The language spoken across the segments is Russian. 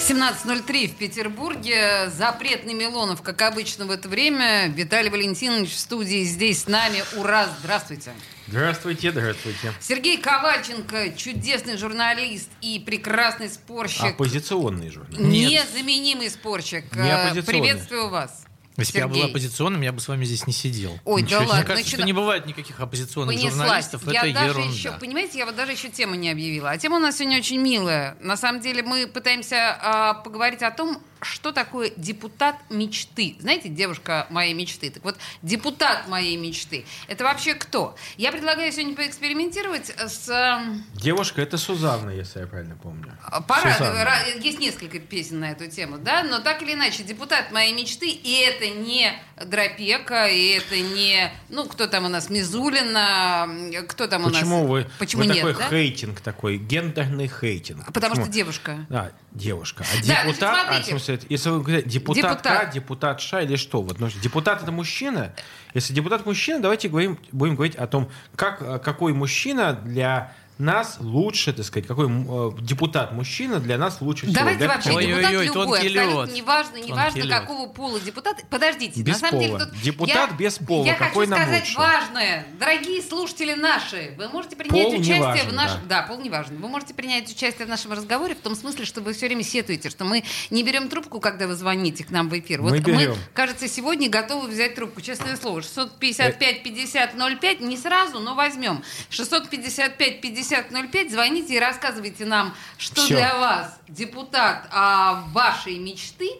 17.03 в Петербурге. Запретный Милонов, как обычно в это время. Виталий Валентинович в студии здесь с нами. Ура! Здравствуйте! Здравствуйте, здравствуйте. Сергей Ковальченко, чудесный журналист и прекрасный спорщик. Оппозиционный журнал. Незаменимый спорщик. Э, Не оппозиционный. Приветствую вас. Если бы я был Сергей. оппозиционным, я бы с вами здесь не сидел. Ой, да Ничего себе. ладно, Мне кажется, начина- что не бывает никаких оппозиционных Понеслась. журналистов. Я это даже ерунда. еще, понимаете, я вот даже еще тему не объявила. А тема у нас сегодня очень милая. На самом деле мы пытаемся а, поговорить о том, что такое депутат мечты. Знаете, девушка моей мечты. Так вот, депутат моей мечты. Это вообще кто? Я предлагаю сегодня поэкспериментировать с... эм, Девушка, это Сузанна, если я правильно помню. А, Пора, Сузанна. ра- есть несколько песен на эту тему, да, но так или иначе, депутат моей мечты, и это не Дропека, и это не, ну, кто там у нас, Мизулина, м, кто там у Почему нас? вы, Почему вы нет, такой да? хейтинг, такой гендерный хейтинг? А Потому Почему? что девушка. А, девушка. А Да, депутат, значит, а, смотрите. в смысле, это- если вы говорите депутатка, Депутат. депутатша или что? Вот, ну, депутат это мужчина. Если депутат мужчина, давайте говорим, будем говорить о том, как, э, какой мужчина для нас лучше, так сказать, какой м, э, депутат мужчина для нас лучше всего. Давайте Для вообще кого? Ой-ой-ой, депутат любой, тонкий абсолютно лед. неважно, неважно Тонкий лед. какого пола депутат. Подождите, Без на самом пола. деле тут Депутат я, без пола. Я Какой хочу нам сказать лучше? важное, дорогие слушатели наши, вы можете принять Пол не участие важен, в нашем, да. пол не важен. Вы можете принять участие в нашем разговоре в том смысле, что вы все время сетуете, что мы не берем трубку, когда вы звоните к нам в эфир. Мы берем. кажется, сегодня готовы взять трубку. Честное слово, 655 50 05 не сразу, но возьмем. 655 50 05 звоните и рассказывайте нам, что Всё. для вас депутат а, вашей мечты.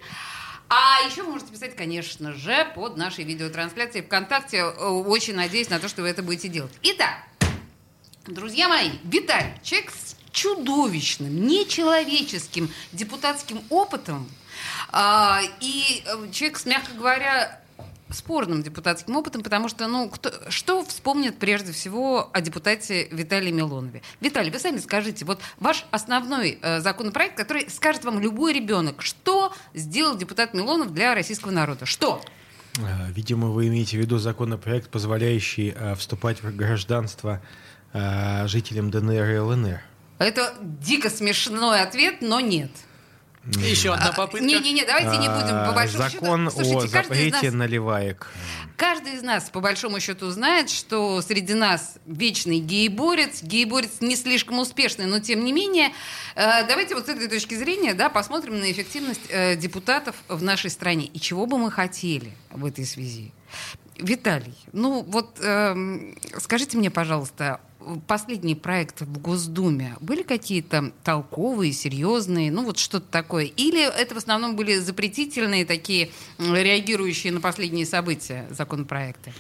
А еще вы можете писать, конечно же, под нашей видеотрансляцией ВКонтакте. Э, Очень надеюсь на то, что вы это будете делать. Итак, друзья мои, Виталий, человек с чудовищным, нечеловеческим депутатским опытом а, и э, человек с, мягко говоря, спорным депутатским опытом, потому что, ну, кто, что вспомнят прежде всего о депутате Виталии Милонове? Виталий, вы сами скажите, вот ваш основной э, законопроект, который скажет вам любой ребенок, что сделал депутат Милонов для российского народа? Что? Э, Видимо, вы имеете в виду законопроект, позволяющий э, вступать в гражданство э, жителям ДНР и ЛНР. Это дико смешной ответ, но нет. И еще одна попытка. Не-не-не, давайте А, не будем А, по большому счету- Закон Слушайте, о каждый из нас- запрете наливаек. Каждый из нас, по большому счету, знает, что среди нас вечный гей-борец. Гей-борец не слишком успешный, но тем не менее. Э, Давайте вот с этой точки зрения да, посмотрим на эффективность э, депутатов в нашей стране. И чего бы мы хотели в этой связи? Виталий, ну вот эм, скажите мне, пожалуйста, последние проекты в Госдуме были какие-то толковые, серьезные, ну вот что-то такое? Или это в основном были запретительные такие, м, реагирующие на последние события законопроекты?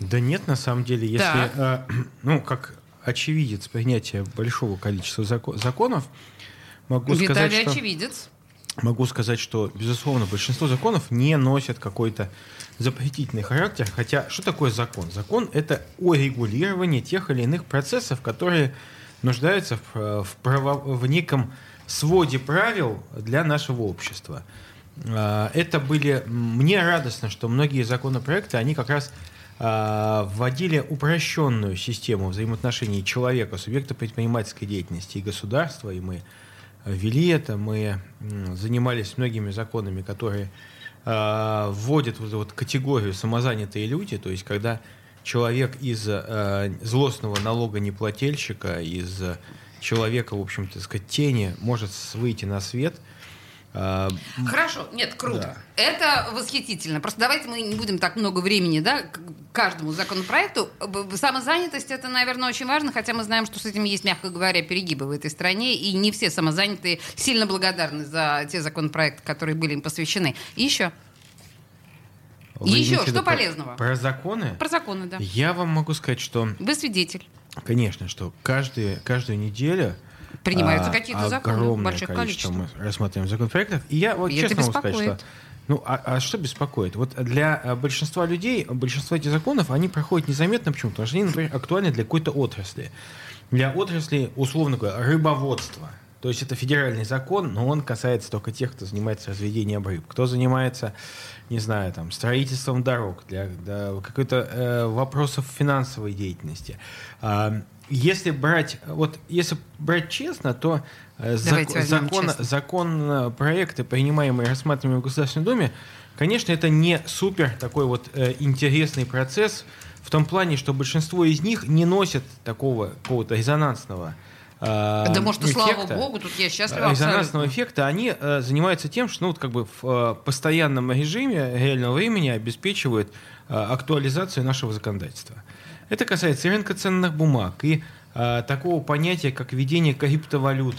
Да нет, на самом деле, если, э, ну, как очевидец принятия большого количества зако- законов, могу Виталий сказать, что... очевидец. Могу сказать, что, безусловно, большинство законов не носят какой-то запретительный характер. Хотя, что такое закон? Закон — это урегулирование тех или иных процессов, которые нуждаются в, э, в право- в неком своде правил для нашего общества. А, Это были... Мне радостно, что многие законопроекты, они как раз а, вводили упрощенную систему взаимоотношений человека, субъекта предпринимательской деятельности и государства, и мы ввели это, мы м, занимались многими законами, которые э, вводят вот эту вот категорию самозанятые люди, то есть когда человек из э, злостного налогонеплательщика, из э, человека, в общем-то, так сказать, тени может с- выйти на свет. Э, м, Хорошо, нет, круто. Это восхитительно. Просто давайте мы не будем так много времени, да, к каждому законопроекту. Б- б- Самозанятость это, наверное, очень важно, хотя мы знаем, что с этим есть, мягко говоря, перегибы в этой стране, и не все самозанятые сильно благодарны за те законопроекты, которые были им посвящены. И еще вы Еще имеете в что виду про- полезного? Про законы? про законы, да. Я вам могу сказать, что, Вы свидетель. конечно, что каждый, каждую неделю Принимаются а, какие-то законы в огромное больших количество количествах. мы рассматриваем законопроектов. И я вот И это честно могу сказать, что... беспокоит. Ну, а, а что беспокоит? Вот для а, большинства людей, большинство этих законов, они проходят незаметно. Почему? Потому что они, например, актуальны для какой-то отрасли. Для отрасли, условно говоря, рыбоводства. То есть это федеральный закон, но он касается только тех, кто занимается разведением рыб. Кто занимается, не знаю, там, строительством дорог, для, для какой-то э, вопросов финансовой деятельности. А, если брать, вот если брать честно, то э, зак, Давайте возьмем закон, честно. закон э, проекты, принимаемые и рассматриваемые в Государственной Думе, конечно, это не супер такой вот э, интересный процесс в том плане, что большинство из них не носят такого какого-то резонансного э, Да, может, и слава эффекта. Э, богу, тут я счастлива резонансного абсолютно. эффекта, они э, занимаются тем, что ну, вот, как бы в э, постоянном режиме реального времени обеспечивают э, актуализацию нашего законодательства. Это касается и рынка ценных бумаг, и э, такого понятия, как введение криптовалют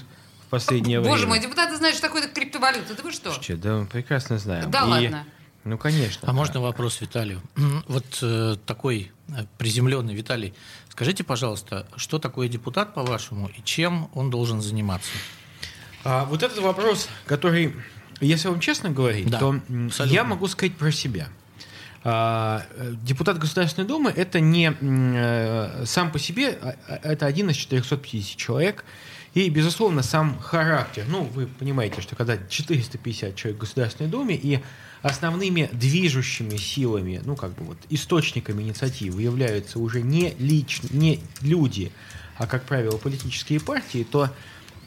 в последнее Боже мой, время. депутаты знают, что такое криптовалюта. Да вы что? Слушайте, да, мы прекрасно знаем. Да И, ладно. Ну, конечно. А можно вопрос Виталию? Вот э, такой э, приземленный Виталий. Скажите, пожалуйста, что такое депутат, по-вашему, и чем он должен заниматься? А, вот этот вопрос, который, если вам честно говорить, Да, то м, абсолютно. я могу сказать про себя. А, э, депутат Государственной Думы это не м, э, сам по себе, а- а- это один из 450 человек. И, безусловно, сам характер. Ну, вы понимаете, что когда 450 человек в Государственной Думе, и основными движущими силами, ну, как бы вот источниками инициативы являются уже не, лич, не люди, а, как правило, политические партии, то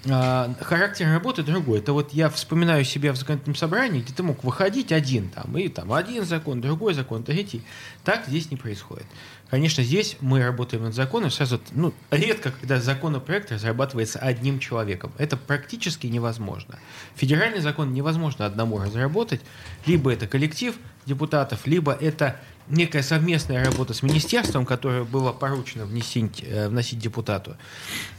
а, характер работы другой. Это вот я вспоминаю себя в законодательном собрании, где ты мог выходить один там, и там один закон, другой закон, третий. Так здесь не происходит. Конечно, здесь мы работаем над законом. Сразу, ну, редко, когда законопроект разрабатывается одним человеком. Это практически невозможно. Федеральный закон невозможно одному разработать. Либо это коллектив депутатов, либо это некая совместная работа с министерством, которая была поручена внесить, э, вносить депутату.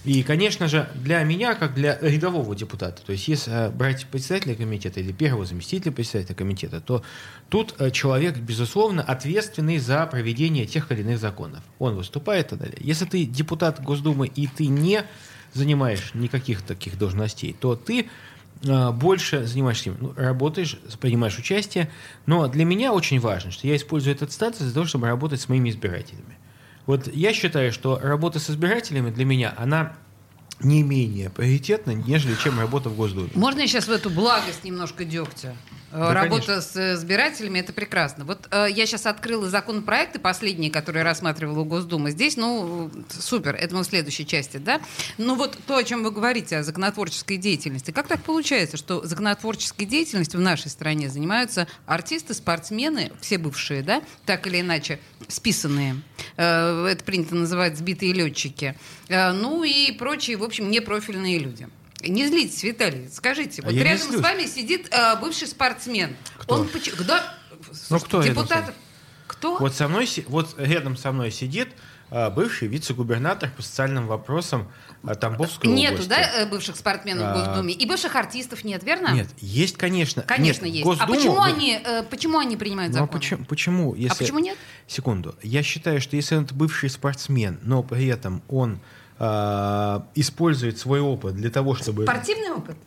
И, конечно же, для меня, как для рядового депутата, то есть если э, брать председателя комитета или первого заместителя председателя комитета, то тут э, человек, безусловно, ответственный за проведение тех или иных законов. Он выступает и так далее. Если ты депутат Госдумы и ты не занимаешь никаких таких должностей, то ты а, больше занимаешься им, ну, работаешь, принимаешь участие. Но для меня очень важно, что я использую этот статус для того, чтобы работать с моими избирателями. Вот я считаю, что работа с избирателями для меня, она не менее приоритетна, нежели чем работа в Госдуме. Можно я сейчас в эту благость немножко дегтя? Э, Да, Работа с избирателями это прекрасно. Вот э, я сейчас открыла законопроекты последние, которые рассматривала Госдума. Здесь, ну, э, супер, это мы в следующей части, да? Ну вот то, о чем вы говорите, о законотворческой деятельности. Как так получается, что законотворческой деятельностью в нашей стране занимаются артисты, спортсмены, все бывшие, да, так или иначе, списанные. Э, это принято называть сбитые летчики. Э, ну и прочие, в общем, непрофильные люди. Не злитесь, Виталий, скажите, А вот я не рядом с злюсь. вами сидит э, бывший спортсмен. Кто? Он поч- Да, Ну, кто рядом с депутатов? вами? Кто? Вот со мной, си- вот рядом со мной сидит а, бывший вице-губернатор по социальным вопросам а, Тамбовской Нету, области. да, э, бывших спортсменов в А. Госдуме? И бывших артистов нет, верно? Нет, есть, конечно. Конечно, Нет, есть. Госдуму а почему вы- они, э, почему они принимают Ну, а закон? почему, почему, если... А почему нет? Секунду. Я считаю, что если это бывший спортсмен, но при этом он а, использует свой опыт для того, чтобы... Спортивный опыт?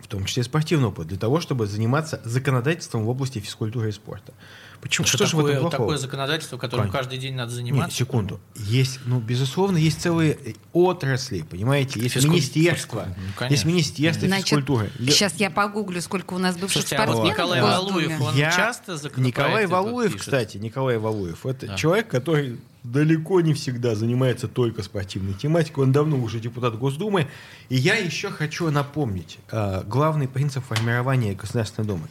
В том числе спортивный опыт, для того, чтобы заниматься законодательством в области физкультуры и спорта. Почему? Что, Что же в этом такое, плохого? такое законодательство, которым Понятно. каждый день надо Нет, заниматься? секунду. Есть, ну, безусловно, есть целые э, отрасли, понимаете? Есть Физкуль- министерство. физкуль- ну, конечно. есть министерство физкультуры. Я- сейчас я погуглю, сколько у нас бывших Слушайте, а вот спортсменов Николай в Госдуме. Валуев, он- часто законопроекты Николай тут Валуев, пишет? кстати, Николай Валуев, это Да. человек, который далеко не всегда занимается только спортивной тематикой. Он давно уже депутат Госдумы. И я еще хочу напомнить э, главный принцип формирования Государственной Думы.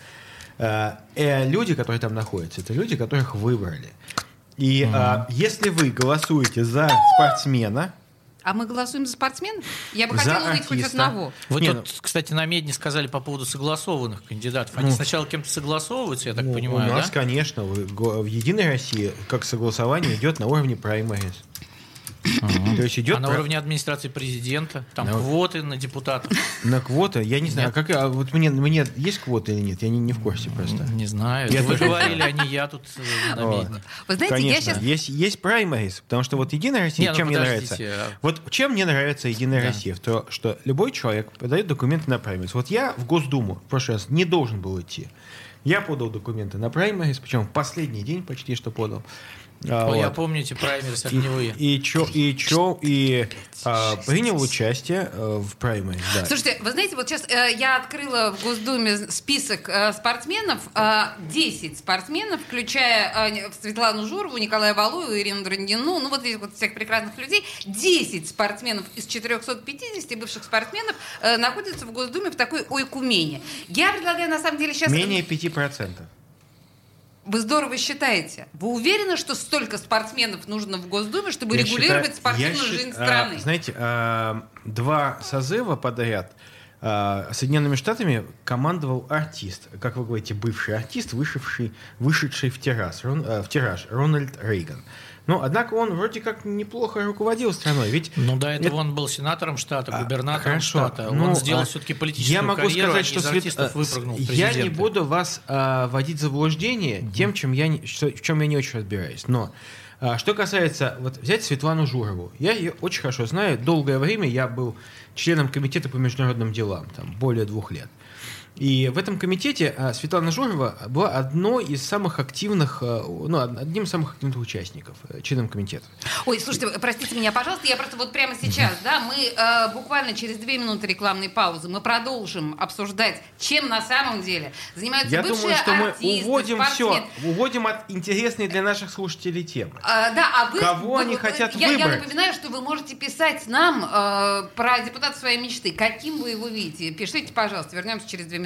Э, э, люди, которые там находятся, это люди, которых выбрали. И э, если вы голосуете за спортсмена, А мы голосуем за спортсменов? Я бы За хотела увидеть хоть артиста. одного. Вы Не, ну. тут, кстати, на медне сказали по поводу согласованных кандидатов. Они Ну, сначала кем-то согласовываются, я так ну, понимаю, у нас, да? конечно, в, го- в Единой России как согласование идет на уровне праймерис. То есть идет А на про- Ну. уровне администрации президента, там На- квоты на депутатов. На квоты? Я не знаю, Нет. как я- а вот мне, мне есть квоты или нет? Я не, не в курсе просто. Не знаю. Я Вы тоже не говорили, а не я тут э, на Вот. медне. Вы знаете, я Конечно, сейчас... есть, есть праймарис, потому что вот Единая Россия, Не, ну чем мне подождите, нравится? а- Вот чем мне нравится Единая Да. Россия? То, что любой человек подает документы на праймарис. Вот я в Госдуму в прошлый раз не должен был идти. Я подал документы на праймерис, причем в последний день почти что подал. А, Ой, я вот. помните праймерис И- огневые. И чё, и чё, и а, принял участие э, в праймерис, да. Слушайте, вы знаете, вот сейчас э, я открыла в Госдуме список э, спортсменов, э, 10 спортсменов, включая э, Светлану Журову, Николая Валуеву, Ирину Драндину, ну вот этих вот всех прекрасных людей, 10 спортсменов из 450 бывших спортсменов э, находятся в Госдуме в такой ойкумене. Я предлагаю, на самом деле, сейчас... Менее 5%. Вы здорово считаете. Вы уверены, что столько спортсменов нужно в Госдуме, чтобы Я регулировать считаю- спортивную я счит- жизнь а, страны? знаете, а, два созыва подряд а, Соединенными Штатами командовал артист, как вы говорите, бывший артист, вышедший, вышедший в, террас, Рон- а, в тираж, Рональд Рейган. Но, однако, он вроде как неплохо руководил страной, ведь... Ну, до этого это- он был сенатором штата, А, губернатором хорошо. штата. Ну, он сделал а, все-таки политическую Я могу карьеру, сказать, а не что из Свет- артистов э, выпрыгнул в я не президенты. буду вас а, вводить в заблуждение тем, чем я не- что- в чем я не очень разбираюсь. Но а, что касается вот взять Светлану Журову, я ее очень хорошо знаю. Долгое время я был членом комитета по международным делам, там более двух лет. И в этом комитете а, Светлана Журова была одной из самых активных, а, ну, од- одним из самых активных участников, э, членом комитета. Ой, слушайте, простите меня, пожалуйста, я просто вот прямо сейчас, да, мы э, буквально через две минуты рекламной паузы мы продолжим обсуждать, чем на самом деле занимаются Я бывшие думаю, что мы артисты, уводим спортсмены. все, уводим от интересной для наших слушателей темы. А, да, а вы, Кого вы- они вы- хотят я, я выбрать? напоминаю, что вы можете писать нам э, про депутата своей мечты, каким вы его видите. Пишите, пожалуйста, вернемся через две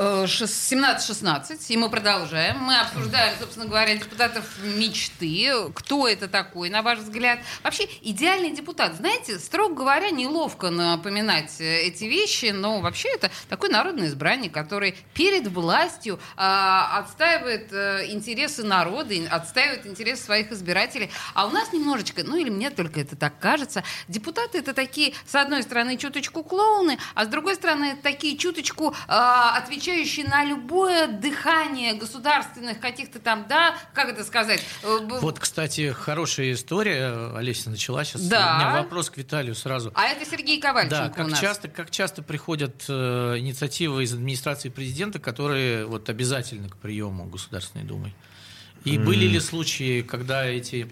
Э, шес- 17-16, и мы продолжаем. Мы обсуждаем, собственно говоря, депутатов мечты. Кто это такой, на ваш взгляд? Вообще, идеальный депутат. Знаете, строго говоря, неловко напоминать э, эти вещи, но вообще это такой народный избранник, который перед властью а, отстаивает э, интересы народа, и отстаивает интересы своих избирателей. А у нас немножечко, ну или мне только это так кажется, депутаты это такие, с одной стороны, чуточку клоуны, а с другой стороны, это такие чуточку э, отвечающие на любое дыхание государственных каких-то там, да, как это сказать? э, б- Вот, кстати, хорошая история. Олеся начала сейчас. Да. У меня вопрос к Виталию сразу. А это Сергей Да, Ковальченко у как нас. часто, как часто приходят э, инициативы из администрации президента, которые вот обязательны к приему Государственной Думы? И были ли случаи, когда эти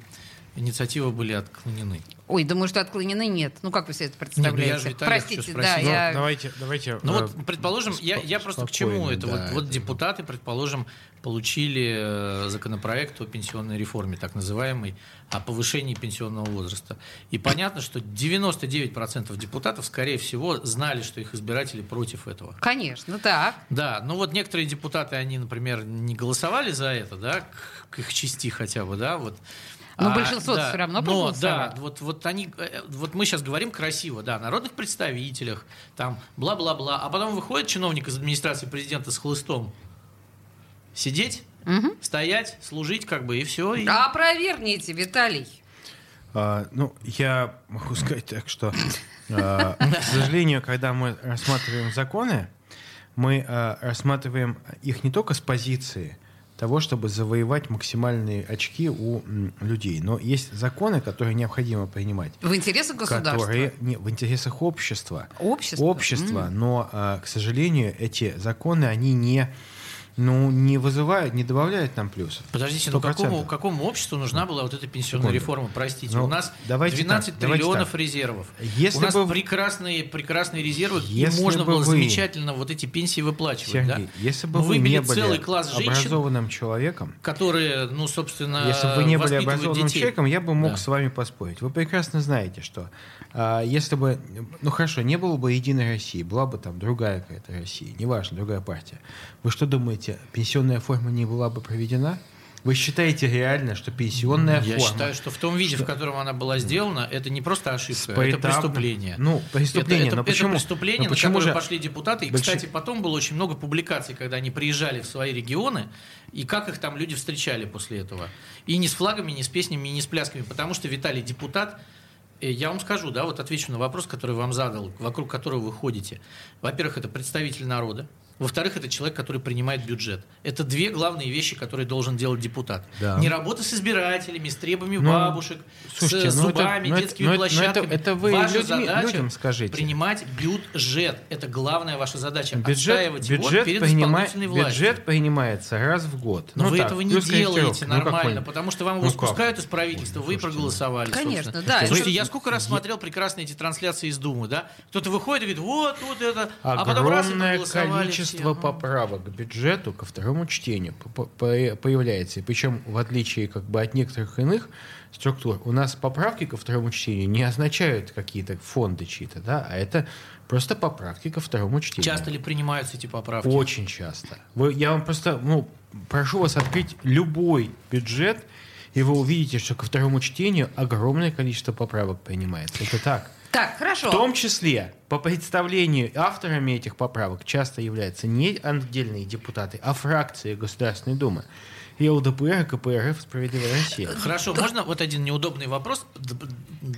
инициативы были отклонены? Ой, думаю, что отклонены нет. Ну, как вы себе это представляете? я же Виталия Простите, хочу да, спросить. Ну, я... давайте, давайте. Ну э, вот, предположим, я, я просто к чему спокойно, это? да, вот, вот это- депутаты, предположим, получили э, законопроект о пенсионной реформе, так называемый, о повышении пенсионного возраста. И понятно, что 99% депутатов, скорее всего, знали, что их избиратели против этого. Конечно, так. Да, ну вот некоторые депутаты, они, например, не голосовали за это, да, к, к их части хотя бы, да, вот. А, Но большинство всё равно но, проголосовало. да, вот, вот они, э, вот мы сейчас говорим красиво, да, о народных представителях, там, бла-бла-бла, а потом выходит чиновник из администрации президента с хлыстом сидеть, Мгм. стоять, служить, как бы, и все. И... А Опровергните, Виталий. А, ну, я могу сказать так, что, а, к сожалению, когда мы рассматриваем законы, мы а, рассматриваем их не только с позиции того, чтобы завоевать максимальные очки у м, людей, но есть законы, которые необходимо принимать, В интересах государства. которые не, в интересах общества. Общество. Общества, М. но, а, к сожалению, эти законы, они не, ну, не вызывают, не добавляют нам плюсов. Подождите, ну какому, 100%. какому обществу нужна была вот эта пенсионная Секунду. реформа? Простите, Ну, у нас давайте 12 так, давайте триллионов так. резервов. Если у нас бы- прекрасные, прекрасные резервы, Если и можно бы было вы- замечательно вот эти пенсии выплачивать, Сергей, да? если бы Но вы выбили не были целый класс женщин, образованным человеком, которые, ну, собственно, если бы вы не были воспитывают образованным детей. человеком, я бы мог Да. с вами поспорить. Вы прекрасно знаете, что а, если бы, ну хорошо, не было бы единой России, была бы там другая какая-то Россия, неважно, другая партия. Вы что думаете, пенсионная форма не была бы проведена? Вы считаете реально, что пенсионная Я форма считаю, что в том виде, в котором она была сделана, это не просто ошибка, это поэтапно- преступление. Ну, преступление, это, но это- это почему- преступление, но на почему которое же- пошли депутаты. И, Больши- кстати, потом было очень много публикаций, когда они приезжали в свои регионы, и как их там люди встречали после этого. И не с флагами, не с песнями, не с плясками, потому что Виталий депутат. э, Я вам скажу, да, вот отвечу на вопрос, который вам задал, вокруг которого вы ходите. Во-первых, это представитель народа. Во-вторых, это человек, который принимает бюджет. Это две главные вещи, которые должен делать депутат. Да. Не работа с избирателями, с требами Ну, бабушек, слушайте, с ну это- зубами, ну это- детскими ну это- ну это- площадками. это вы Ваша людьми- задача людям скажите. принимать бюджет. Это главная ваша задача. Бюджет, Отстаивать его бюджет, перед принима- исполнительной властью. бюджет принимается раз в год. Но Ну вы так, этого не плюс корректировки. делаете Ну, как нормально, вы- потому что вам Ну его как? спускают из правительства, вы ну проголосовали. Конечно, собственно. да, это- Слушайте, я сколько раз смотрел прекрасные эти трансляции из Думы, да? Кто-то выходит и говорит, вот, вот это, а потом раз и Огромное проголосовали количество все. поправок к бюджету ко второму чтению по- по- появляется. Причем, в отличие как бы от некоторых иных структур, у нас поправки ко второму чтению не означают какие-то фонды чьи-то, да, а это просто поправки ко второму чтению. Часто ли принимаются эти поправки? Очень часто. Вы, я вам просто ну, прошу вас открыть любой бюджет, и вы увидите, что ко второму чтению огромное количество поправок принимается. Это так. Так, хорошо. В том числе, по представлению авторами этих поправок часто являются не отдельные депутаты, а фракции Государственной Думы. И ЛДПР, и КПРФ, «Справедливая Россия». Хорошо, можно вот один неудобный вопрос д- б-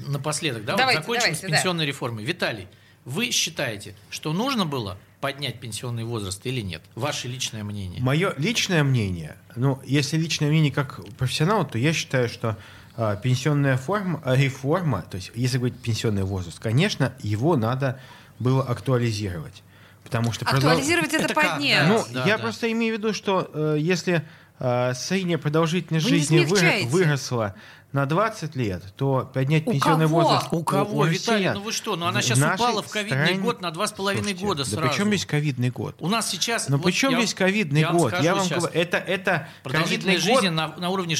напоследок, да? Вот Давайте, закончим давайте, с пенсионной реформой. Виталий, вы считаете, что нужно было поднять пенсионный возраст или нет? Ваше личное мнение. Мое личное мнение, ну, если личное мнение как профессионала, то я считаю, что а, пенсионная форма, а, реформа, то есть, если говорить пенсионный возраст, конечно, его надо было актуализировать. Потому что продол- Актуализировать это, Это как, поднять. да? Ну, Да, я да. просто имею в виду, что э, если э, средняя продолжительность Вы не жизни выра- смягчаете. выросла на 20 лет, то поднять У пенсионный кого? возраст У кого, россиян Виталий? Ну вы что? Ну она в сейчас нашей упала в ковидный стране- год на два с половиной Слушайте, года Да сразу. причем здесь ковидный год? У нас сейчас... Но вот при чем я вам- здесь Ну, ковидный я год? Вам я вам скажу говорю, сейчас. это, это ковидный Продолжительность жизни год. на, на уровне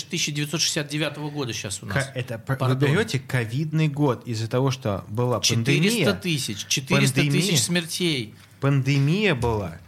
1969 года сейчас у нас. Ка- Это, пр- вы Пардон. берете ковидный год из-за того, что была 400 пандемия. тысяч, 400 Пандемия. тысяч смертей. Пандемия была.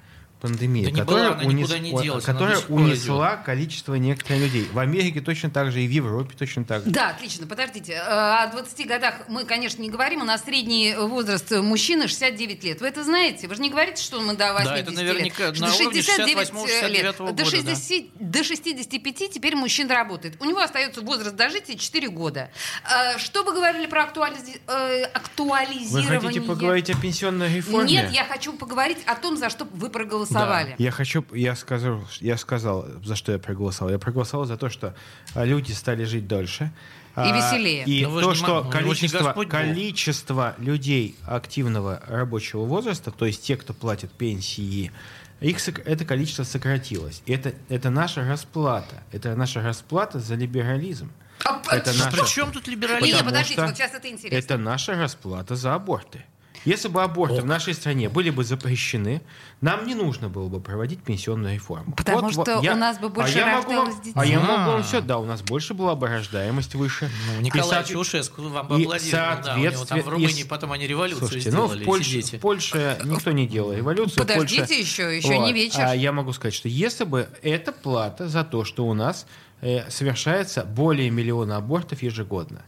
Пандемия, Да не которая, была, она никуда не унес- делась, она которая до сих пор унесла количество некоторых людей. В Америке точно так же, и в Европе точно так же. Да, отлично, подождите. Э, О 20 годах мы, конечно, не говорим. У нас средний возраст мужчины 69 лет. Вы это знаете? Вы же не говорите, что мы до 80 Да, это наверняка лет. на до уровне 68-го, лет. 69-го до, года, 60 до 65 теперь мужчина работает. У него остается возраст дожития 4 года. Э, Что вы говорили про актуализи- э, Вы актуализирование? хотите поговорить о пенсионной реформе? Нет, я хочу поговорить о том, за что вы проголосовали. Я хочу, я сказал, я сказал, за что я проголосовал. Я проголосовал за то, что а, люди стали жить дольше. А, веселее. И Но вы то, же не что ма- ну, вы же не количество, Господь Бог. количество людей активного рабочего возраста, то есть те, кто платит пенсии, их сок- это количество сократилось. И Это, это наша расплата. Это наша расплата за либерализм. А, Это э, наша- При чем тут либерализм? Лиля, потому Э, подождите, что вот сейчас это интересно. Это наша расплата за аборты. Если бы аборты в нашей стране были бы запрещены, нам не нужно было бы проводить пенсионную реформу. Потому Вот, вот, что я- а у нас бы больше я могу вам- рождалось детей. А я могу А. вам все, да, у нас больше была бы рождаемость выше. Ну, И Николай соответ- Чаушеску вам и поаплодировал. Да, у него там в соответственно- Румынии и с- потом они революцию Слушайте, ну сделали. в эти Польше, дети. в Польше никто не делал революцию. в Подождите Польше- еще, еще не Вот. вечер. А я могу сказать, что если бы эта плата за то, что у нас э, совершается более миллиона абортов ежегодно.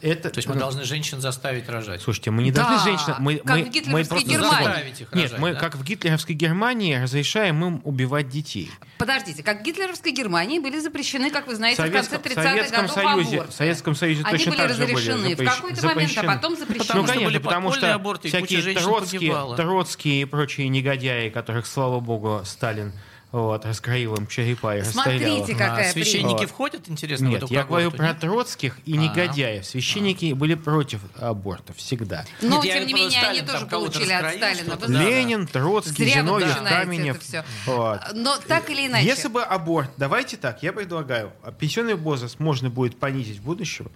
Это, То есть мы ну, должны женщин заставить рожать. Слушайте, мы не Да, должны женщин... Мы, как мы- в гитлеровской мы просто Германии. заставить их рожать, Нет, мы да? как в гитлеровской Германии разрешаем им убивать детей. Подождите, как в гитлеровской Германии были запрещены, как вы В знаете, А Советском, в в конце 30-х Советском годов Союзе, аборты. в Советском Союзе Они точно были так же были разрешены в запрещ- какой-то момент, а запрещены. потом запрещены. Потому ну, что конечно, были потому подпольные что аборты, и куча всякие женщин троцкие, погибала. троцкие и прочие негодяи, которых, слава богу, Сталин вот, раскроил им черепа и расстрелял. Смотрите, их. как- Какая А священники прелесть. входят, интересно, в Нет, эту я говорю когорту? про троцких и А. негодяев. Священники были против абортов всегда. Но, Нет, я тем не говорю, менее, они Сталин там тоже кого-то получили от раскроил, Сталина. что-то. Вы знаете. Ленин, Троцкий, Зря вы Зиновьев, начинаете Каменев. это всё. Вот. Но так или иначе. Если бы аборт, давайте так, я предлагаю, а пенсионный возраст можно будет понизить в будущем,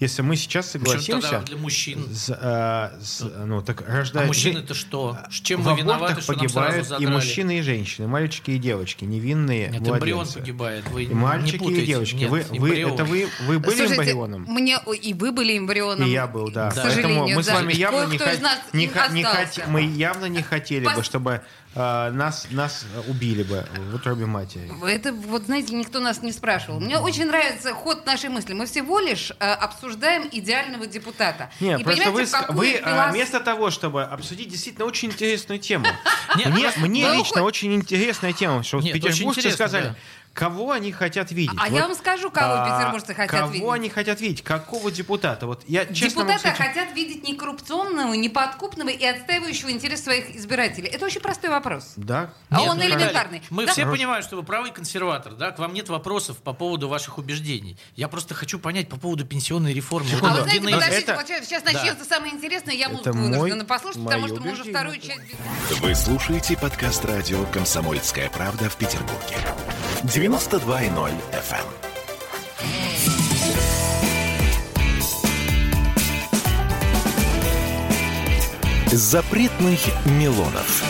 если мы сейчас Причем Ну, тогда согласимся. для мужчин. с, а, с, ну так А рождают жен- мужчины-то что? С чем в мы абортах виноваты, что нам сразу погибают задрали? и мужчины, и женщины, мальчики и девочки, невинные Нет, эмбрион младенцы. погибает. Вы И не мальчики путайте. и девочки. Нет, вы, вы, эмбрион. это вы, вы были Слушайте, эмбрионом? Мне о, и вы были эмбрионом. И я был, да. К Да. Поэтому сожалению, мы с даже вами явно не, кое-кто хот- из нас не им хо- не остался. хот- мы явно не хотели Пос- бы, чтобы э, нас, нас убили бы в утробе матери. Это, вот знаете, никто нас не спрашивал. Мне очень нравится ход нашей мысли. Мы всего лишь э, обсуждаем идеального депутата. Нет, И просто вы, понимаете, в ск- какую вы, э, филос- вместо того, чтобы обсудить действительно очень интересную тему, Нет, мне, мне Да лично уходи. очень интересная тема, что вот Нет, очень петербуржцы интересно, сказали, да. кого они хотят видеть. А я вам скажу, кого а, петербуржцы хотят кого видеть. Кого они хотят видеть? Какого депутата? Вот я честно вам Депутаты сказать, хотят видеть некоррупционного, неподкупного и отстаивающего интерес своих избирателей. Это очень простой вопрос. Да. А Нет, он ну, элементарный. Виталий, Мы Да. все Хорошо. понимаем, что вы правый консерватор, да? К вам нет вопросов по поводу ваших убеждений. Я просто хочу понять по поводу пенсионной реформы. Вот А Секунду. вы этот знаете, генез- Дина, подождите, это- вот сейчас, сейчас Да. начнется самое интересное, я Это музыку мой- вынуждена послушать, потому мое что мы уже убеждение. вторую часть... без- Вы слушаете подкаст радио «Комсомольская правда» в Петербурге. 92.0 FM. Запретных Милонов.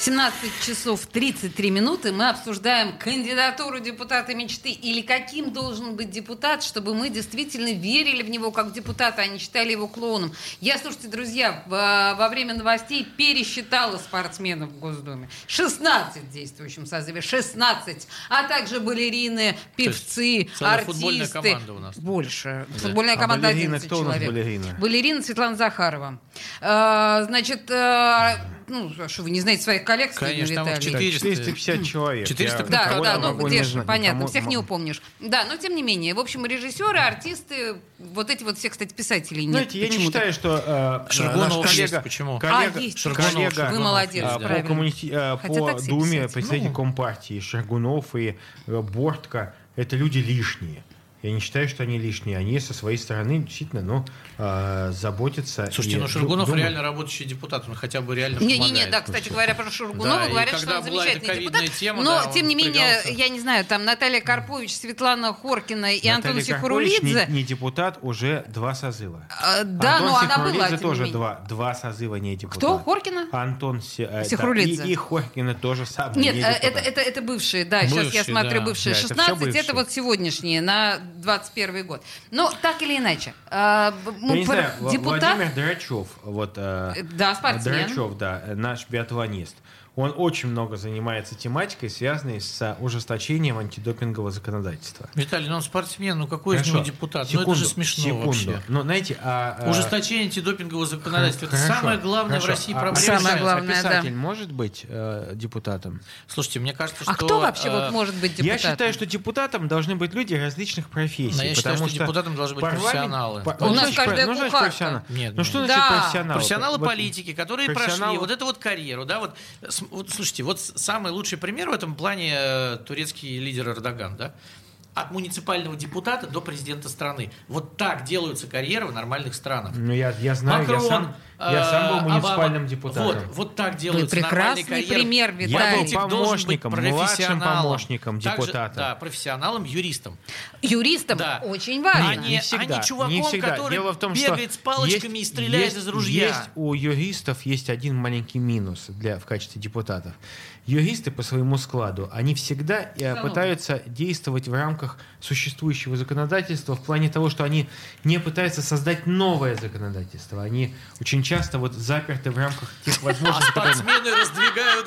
17 часов 33 минуты мы обсуждаем кандидатуру депутата мечты или каким должен быть депутат, чтобы мы действительно верили в него как в депутата, а не считали его клоуном. Я, слушайте, друзья, в- во время новостей пересчитала спортсменов в Госдуме. 16 в действующем созыве, 16. А также балерины, есть певцы, целая футбольная артисты. команда у нас. Больше. Да. Футбольная А команда балерины, 11 кто у нас человек. балерины? Балерина Светлана Захарова. Э, Значит, э, ну, а что вы не знаете своих коллег, Конечно, Светлана там вот Витальевна? четыре 450 человек. 400, Я ну, Да, кого-то да, ну могу где не же, знать, понятно, никому- всех не мо- упомнишь. Да, но тем не менее, в общем, режиссеры, артисты, вот эти вот всех, кстати, писателей нет. Знаете, я не почему-то. считаю, что э, Шаргонов наш есть, коллега, почему? коллега, А, есть. Шаргонов, Шаргонов, коллега, Вы молодец, а, есть, да. по, правильно. коммуни- а, Хотя по так все Думе писать. представители Ну. Компартии, Шаргунов и э, Бортко, это люди лишние. Я не считаю, что они лишние. Они со своей стороны действительно ну, э, заботятся. Слушайте, и ну ду- Шургунов думают. реально работающий депутат, он хотя бы реально Не-не-не, помогает. да, кстати говоря, про Шургунова Да, и говорят, что когда он была эта замечательный ковидная депутат. тема, но, да, он тем не менее, впрягался. я не знаю, там Наталья Карпович, Светлана Хоркина и Антон Наталья Карпович Сихурулидзе. Не, не депутат, уже два созыва. А, Да, Антон но она Сихорулидзе была, тем не тоже менее. два, два созыва не депутат. Кто? Хоркина? Антон Си- э, да, Сихорулидзе. и, и Хоркина тоже самое. Нет, не э, депутат. это, это, это бывшие, да, сейчас я Бывшие, смотрю да. бывшие. Да, это всё 16 это, бывшие. вот сегодняшние на 21 год. Но так или иначе, э, б- мы Я Ну, не про- знаю, Вла- депутат, Владимир Драчев, вот, э, Э, да, спортсмен. Драчев, да, э, наш биатлонист. Он очень много занимается тематикой, связанной с э, ужесточением антидопингового законодательства. Виталий, ну он спортсмен, ну какой из Хорошо. него депутат? ну Секунду, это же смешно секунду. вообще. Ну, знаете, а, э, Ужесточение антидопингового законодательства. Это хорошо, самая главная в хорошо. России А проблема. Самая писатель- а главная, да. писатель может быть э, депутатом? Слушайте, мне кажется, что... А кто вообще э, вот может быть депутатом? Я считаю, что депутатом должны быть люди различных профессий. Но ну, я считаю, потому что депутатом должны быть парламент- профессионалы. Пар- У Ну, нас значит, каждая ну, значит, кухарка. профессионал. Нет, ну нет. что значит Да. профессионал? Профессионалы Вот- политики, которые профессионалы- прошли вот эту вот карьеру, да, вот, с- вот, слушайте, вот с- самый лучший пример в этом плане э, турецкий лидер Эрдоган, да, от муниципального депутата до президента страны. Вот так делаются карьеры в нормальных странах. Ну, я, я знаю, Макрон, я сам, я сам э, был муниципальным Обама. депутатом. Вот, вот так Вы делаются нормальные прекрасный карьеры. пример, Я был Виталий. Политик должен быть помощником, младшим профессионалом. помощником Также, депутата. да, профессионалом, юристом. Юристам Да. очень А важно. не- а не чуваком, который Дело в том, бегает что с палочками и стреляет есть- из ружья. Есть у юристов есть один маленький минус для, в качестве депутатов. Юристы по своему складу, они всегда э, Салон. пытаются действовать в рамках существующего законодательства в плане того, что они не пытаются создать новое законодательство. Они очень часто вот заперты в рамках тех А возможностей, которые... спортсмены раздвигают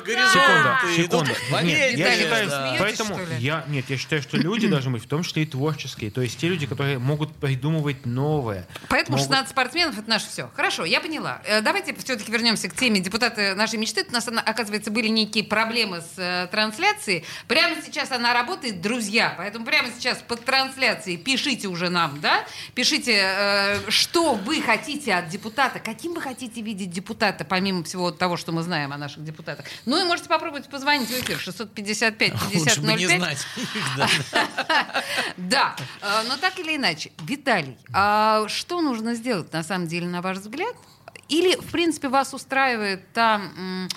Секунда, горизонты. идут секунда. в Нет, я Виталий, Америку, считаю, вы да. смеетесь, поэтому что ли? я нет, я считаю, что люди должны быть, в том числе и творческие, то есть те люди, которые могут придумывать новое. Поэтому могут- 16 спортсменов это наше все. Хорошо, я поняла. Э, Давайте все-таки вернемся к теме депутаты нашей мечты. У нас, она, оказывается, были некие проблемы с э, трансляцией. Прямо сейчас она работает, друзья. Поэтому прямо сейчас под трансляцией пишите уже нам, да? Пишите, э, что вы хотите от депутата, каким вы хотите видеть депутата, помимо всего того, что мы знаем о наших депутатах. Ну и можете попробовать позвонить в эфир 655 Лучше бы не 5005. знать. Да. Да, э, но так или иначе, Виталий, а что нужно сделать на самом деле, на ваш взгляд? Или, в принципе, вас устраивает там,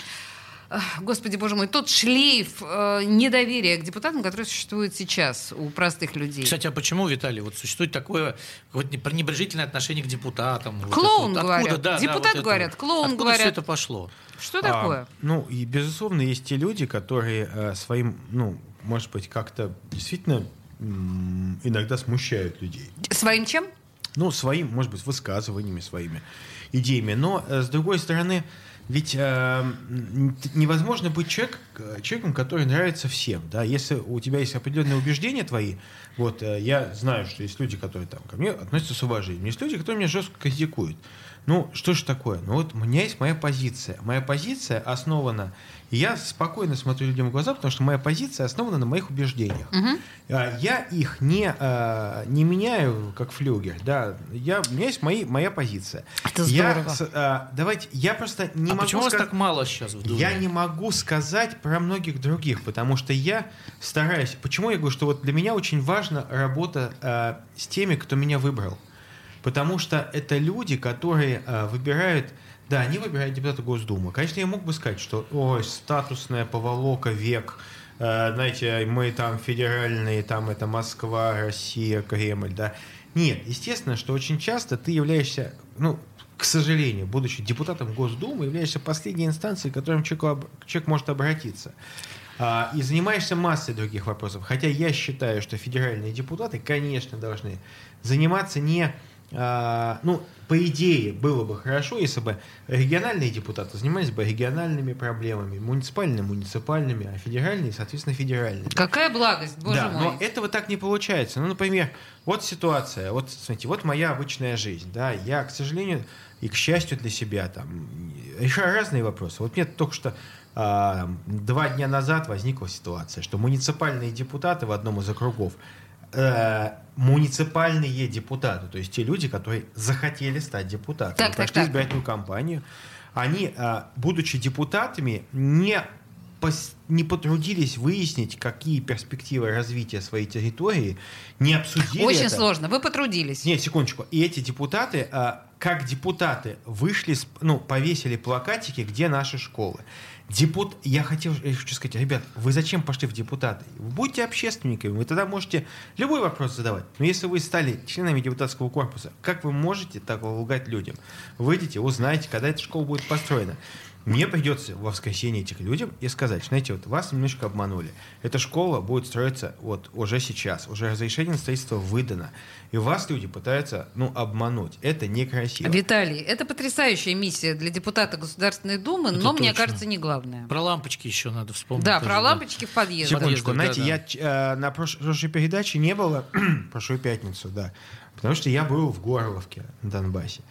господи боже мой, тот шлейф э, недоверия к депутатам, который существует сейчас у простых людей? Кстати, а почему, Виталий, вот существует такое вот не- пренебрежительное отношение к депутатам? Вот Клоун это вот. говорят. Откуда, да, да, Депутат вот это говорят, вот. клоун Откуда говорят. все это пошло? Что А, такое? ну, и, безусловно, есть те люди, которые э, своим, ну, может быть, как-то действительно м, иногда смущают людей. Своим чем? ну, своим, может быть, высказываниями, своими идеями. Но, э, с другой стороны, ведь э, н- невозможно быть человек, э, человеком, который нравится всем. Да? Если у тебя есть определенные убеждения твои, вот э, я знаю, что есть люди, которые там ко мне относятся с уважением, есть люди, которые меня жестко критикуют. Ну, что ж такое? Ну вот у меня есть моя позиция. Моя позиция основана... и Я спокойно смотрю людям в глаза, потому что моя позиция основана на моих убеждениях. Мгм. А, Я их не, а, не меняю, как флюгер. Да, я, у меня есть мои, моя позиция. Это Я, здорово. с- а, давайте, я просто не а могу... почему у вас сказать- так мало сейчас в Думе? я не могу сказать про многих других, потому что я стараюсь. Почему я говорю, что вот для меня очень важна работа э, с теми, кто меня выбрал. Потому что это люди, которые э, выбирают. Да, они выбирают депутата Госдумы. Конечно, я мог бы сказать, что ой, статусная поволока век. э, знаете, мы там федеральные, там это Москва, Россия, Кремль, да. Нет, естественно, что очень часто ты являешься, ну, к сожалению, будучи депутатом Госдумы, являешься последней инстанцией, к которой человек, об- человек может обратиться. А, И занимаешься массой других вопросов. Хотя я считаю, что федеральные депутаты, конечно, должны заниматься не... а, Ну, по идее, было бы хорошо, если бы региональные депутаты занимались бы региональными проблемами, муниципальными, муниципальными, а федеральные, соответственно, федеральными. Какая благость, боже да, мой. но этого так не получается. Ну, например, вот ситуация, вот смотрите, вот моя обычная жизнь, да, я, к сожалению, и к счастью для себя там решаю разные вопросы. Вот мне только что а, два дня назад возникла ситуация, что муниципальные депутаты в одном из округов э, муниципальные депутаты, то есть те люди, которые захотели стать депутатами, Так, так, прошли так. избирательную кампанию, они, а, будучи депутатами, не, пос- не потрудились выяснить, какие перспективы развития своей территории, не обсудили Очень это. сложно. Вы потрудились. Не, секундочку. И эти депутаты, а, как депутаты, вышли, с- ну, повесили плакатики, где наши школы. Депут... Я хотел я хочу сказать, ребят, вы зачем пошли в депутаты? Вы будьте общественниками, вы тогда можете любой вопрос задавать. Но если вы стали членами депутатского корпуса, как вы можете так лгать людям? Выйдите, узнаете, когда эта школа будет построена. Мне придется во воскресенье этих людям и сказать, знаете, вот вас немножко обманули. Эта школа будет строиться вот уже сейчас, уже разрешение на строительство выдано. И вас люди пытаются, ну, обмануть. Это некрасиво. Виталий, это потрясающая миссия для депутата Государственной Думы, Это но мне точно. кажется, не главное. Про лампочки еще надо вспомнить. Да, тоже, про лампочки в подъезде. Секундочку, подъезда, знаете, да, я ч- э, на прош- прошлой передаче не было, прошлую пятницу, да, потому что я был в Горловке на Донбассе.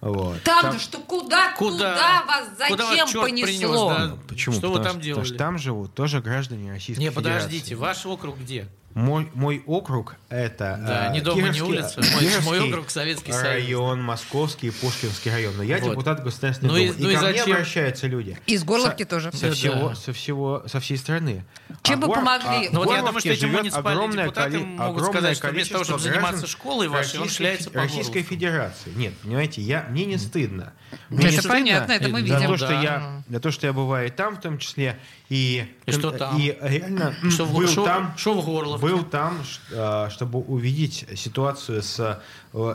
Вот. Там-то что, куда, Куда? куда, вас зачем Куда вас черт понесло? принес, да? Ну, Почему? Что вы Потому там Потому что делали? там живут тоже граждане Российской Не, Федерации. подождите, ваш округ где? Мой, мой округ это... Да, э, ни дома, ни улица. Мой- Кировский мой округ Советский Союз. район, Московский и Пушкинский район. Но я Вот. депутат Государственной Ну и- Думы. И, ну и ко мне зачем? обращаются люди. Из Горловки тоже. Со Да. всего, со всего, со всей страны. А Чем бы помогли? Ну вот Горловке я думаю, что эти живет муниципальные огромное депутаты коли- могут огромное сказать, что вместо количество того, чтобы граждан заниматься школой вашей, он Российской шляется Фе- по Российской Горловке. Федерации. Нет, понимаете, я, мне не стыдно. Мне не Ну, Это стыдно понятно, это мы Да, за видим. то, что Да. я, за то, что я бываю и там в том числе, и, И что там? и реально Что в, был шо- там, шо в Горловке? был там, ш- а, чтобы увидеть ситуацию с, э,